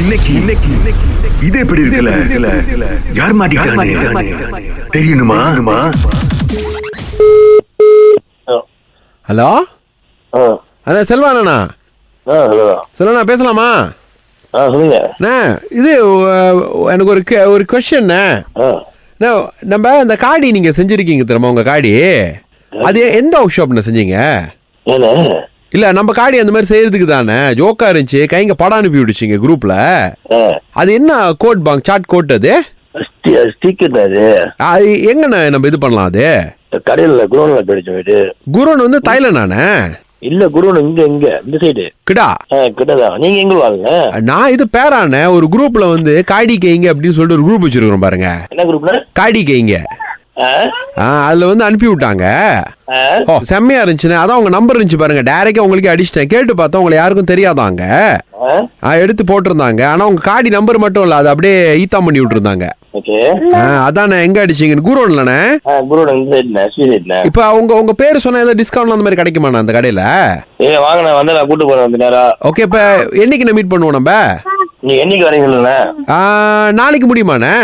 இன்னைக்கு இன்னைக்கு இது எப்படி இருக்குல்ல யார் மாட்டிக்கிட்டானே தெரியணுமா ஹலோ ஆ அண்ணா செல்வா அண்ணா ஆ ஹலோதான் செல்வா பேசலாமா ஆ சொல்லுங்க அண்ணா இது அஹ், எனக்கு ஒரு que- ஒரு கொஷன் ஆ நம்ம அந்த காடி நீங்க செஞ்சிருக்கீங்க தெரியுமா உங்க காடி அது எந்த ஒர்க் ஷாப்ல செஞ்சீங்க ஏண்ணே இல்ல நம்ம காடி அந்த மாதிரி செய்யறதுக்கு தானே ஜோக்கா இருந்துச்சு கைங்க படம் அனுப்பி விடுச்சிங்க குரூப்ல ஆ அது என்ன கோட் பாங் சாட் கோட் அது ஸ்டிக்கர் அது அது எங்கண்ணா நம்ம இது பண்ணலாம் அது கடையில் குரோனில் போயிடுச்சு வீடு குருன் வந்து தைலண்ணாண்ணே இல்லை குரோன் இங்கே இங்கே இந்த சைடு கிடா ஆ கிட்டதான் நீங்கள் எங்கே வாங்க நான் இது பேரானே ஒரு குரூப்ல வந்து காடி கைங்க அப்படின்னு சொல்லிட்டு ஒரு குரூப் வச்சிருக்கிறோம் பாருங்க என்ன குரூப்னா காடி கைங்க ஆ ஆ, அதுல வந்து அனுப்பி விட்டாங்க ஆ ஓ செம்மையா இருந்துச்சுண்ணே அதான் உங்க நம்பர் இருந்துச்சு பாருங்க டைரக்டா உங்களுக்கு அடிச்சிட்டேன் கேட்டு பார்த்தா உங்களை யாருக்கும் தெரியாதாங்க ஆ ஆ, எடுத்து போட்டிருந்தாங்க ஆனா உங்க காடி நம்பர் மட்டும் இல்ல அது அப்படியே ஈத்தா பண்ணி விட்டுருந்தாங்க ஓகே ஆ, அதானே எங்க அடிச்சீங்கன்னு குரோன்லண்ணே ஆ குரோன் இந்த சைடுண்ணே ஸ்ரீ சைடுண்ணே இப்ப உங்க உங்க பேர் சொன்னா ஏதாவது டிஸ்கவுண்ட் அந்த மாதிரி கிடைக்குமாண்ணா அந்த கடையில ஏ வாங்கண்ணே வந்து நான் கூட்டு போகிறேன் வந்து நேரா ஓகே இப்ப என்னைக்கு மீட் பண்ணுவோம் நம்ம நீங்கள் என்னைக்கு வரீங்க சொல்லுண்ணே ஆ, நாளைக்கு முடியுமாண்ணே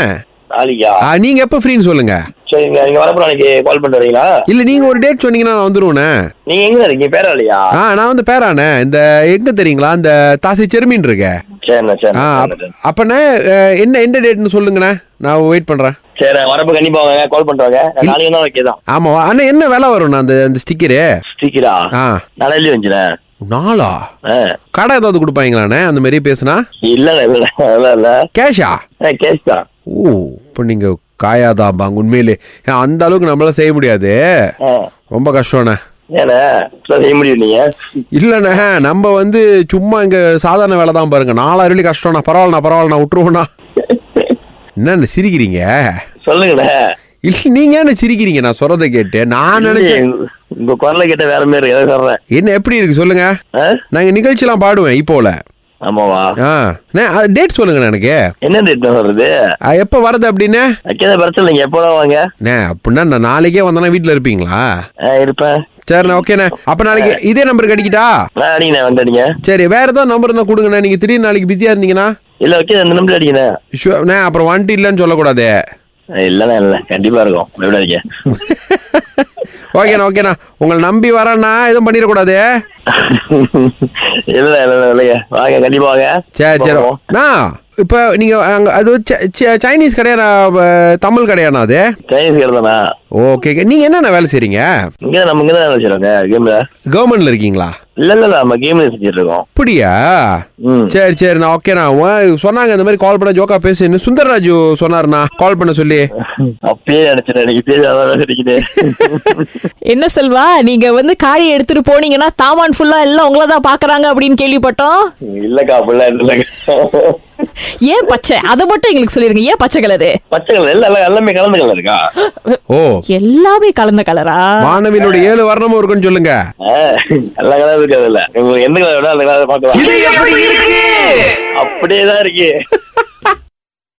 நாளைக்கா ஆ, நீங்க எப்ப ஃப்ரீன்னு சொல்லுங்க சரிங்க நீங்கள் வரப்போ நாளைக்கு கால் பண்ணிட்டு வரீங்களா இல்ல நீங்க ஒரு டேட் சொன்னீங்கன்னா நான் வந்துருவேண்ணே நீங்கள் எங்கே இருக்கீங்க பேராளியா ஆ நான் வந்து பேராண்ணே இந்த எங்க தெரியுங்களா இந்த தாசி செருமின் இருக்க சரிண்ணே ஆ சரிண்ணே அப்ப- அப்பண்ணே அஹ், என்ன எந்த டேட்னு சொல்லுங்கண்ணே நான் வெயிட் பண்றேன் சரி வரப்போ கண்டிப்பாக வாங்க கால் பண்ணுறாங்க நாளைக்கு தான் ஓகே தான் ஆமாவா அண்ணா என்ன விலை வரும்ண்ணா அந்த அந்த ஸ்டிக்கரு ஸ்டிக்கரா ஆ நாளையிலே வந்துச்சுண்ணே நாளா ஆ கடை ஏதாவது கொடுப்பாங்களாண்ணே அந்த மாதிரி பேசுனா இல்ல இல்ல இல்ல இல்ல கேஷா கேஸ் தான் ஓ இப்போ நீங்க காயாதான் பாங்க உண்மையிலே ஏன், அந்த அளவுக்கு நம்மளால செய்ய முடியாது ஆ. ரொம்ப கஷ்டம்ண்ணே ஏண்ணே இப்படிதான் செய்ய முடியும் நீங்க இல்லைண்ணே நம்ம வந்து சும்மா இங்க சாதாரண வேலை தான் பாருங்க நாலாயிரம் வெள்ளி கஷ்டம்ண்ணா பரவாயில்லண்ணா பரவாயில்லண்ணா விட்டுருவோண்ணா என்னண்ணே சிரிக்கிறீங்க சொல்லுங்கண்ணே இல்ல நீங்க என்ன சிரிக்கிறீங்க நான் சொல்றதை கேட்டு நான் நினைச்சேன் இல்லையே, உங்க குரலை கேட்ட வேற மாதிரி எதை சொல்றேன் என்ன எப்படி இருக்கு சொல்லுங்க ஆ? நாங்க நிகழ்ச்சிலாம் பாடுவேன் இப்போல ஆமாவா ஆ டேட் சொல்லுங்க எனக்கு என்ன டேட் சொல்றது ஆ, எப்ப வரது அப்படின்னு வைக்காத பிரச்சனை இல்லைங்க எப்போ வாங்க அண்ணே, அப்படின்னா நான் நாளைக்கே வந்தேன்னா வீட்டுல இருப்பீங்களா ஆ, இருப்பேன் சரிண்ணா ஓகேண்ணே அப்ப நாளைக்கு இதே நம்பருக்கு அடிக்கிட்டா நான் அடிங்கண்ணே வந்து அடிங்க சரி வேற ஏதாவது நம்பர் இருந்தா கொடுங்கண்ணே நீங்க திடீர்னு நாளைக்கு பிஸியா இருந்தீங்கன்னா இல்ல ஓகே அந்த நம்பர் அடிங்கண்ணே Sure, அண்ணே, அப்புறம் வண்டி இல்லைன்னு சொல்லக்கூடாது இல்லண்ணே இல்ல கண்டிப்பா இருக்கும் எப்படிங்க ஓகேண்ணா ஓகேண்ணா உங்களை நம்பி வரேண்ணா எதுவும் பண்ணிடக்கூடாது இல்ல இல்ல இல்லைங்க வாங்க கண்டிப்பா வாங்க சரி சரி அண்ணா இப்போ நீங்கள் அங்கே அது சை- சை- சைனீஸ் கடையாண்ணா அஹ், தமிழ் கடையாண்ணா அது சைனீஸ் கடை ஓகே நீங்கள் என்னென்ன வேலை செய்கிறீங்க இங்க நம்ம இங்க தான் வச்சிருக்கோங்க கேம்ல கவர்மெண்ட்ல இருக்கீங்களா இல்ல இல்ல இல்ல, நம்ம கேம்ல செஞ்சுட்டு இருக்கோம் அப்படியா ம் சரி சரிண்ணா ஓகேண்ணா உ- சொன்னாங்க இந்த மாதிரி கால் பண்ண ஜோக்கா பேசுன்னு சுந்தர்ராஜு சொன்னாருண்ணா கால் பண்ண சொல்லி அப்படியே நினைச்சேன் எனக்கு பேர் அதான் கிடைக்குது என்ன செல்வா நீங்க வந்து காடி எடுத்துட்டு போனீங்கன்னா தாமான் ஃபுல்லா எல்லாம் உங்களை தான் பாக்குறாங்க அப்படின்னு கேள்விப்பட்டோம் இல்லக்கா அப்படிலாம் இல்லைங்க ஏன் பச்சை அதை மட்டும் எங்களுக்கு சொல்லிருங்க ஏன் பச்சை கலரு பச்சை கலர் இல்ல இல்ல, எல்லாமே கலந்து கலர் இருக்கா ஓ எல்லாமே கலந்த கலரா மாணவியினுடைய ஏழு வர்ணமும் இருக்குன்னு சொல்லுங்க ஆ, எல்லா கலரும் இருக்காது இல்ல உங்களுக்கு எந்த கலர் வேணா அந்த கலர் பார்க்கலாம் இது எப்படி இருக்கு அப்படியே தான் இருக்கு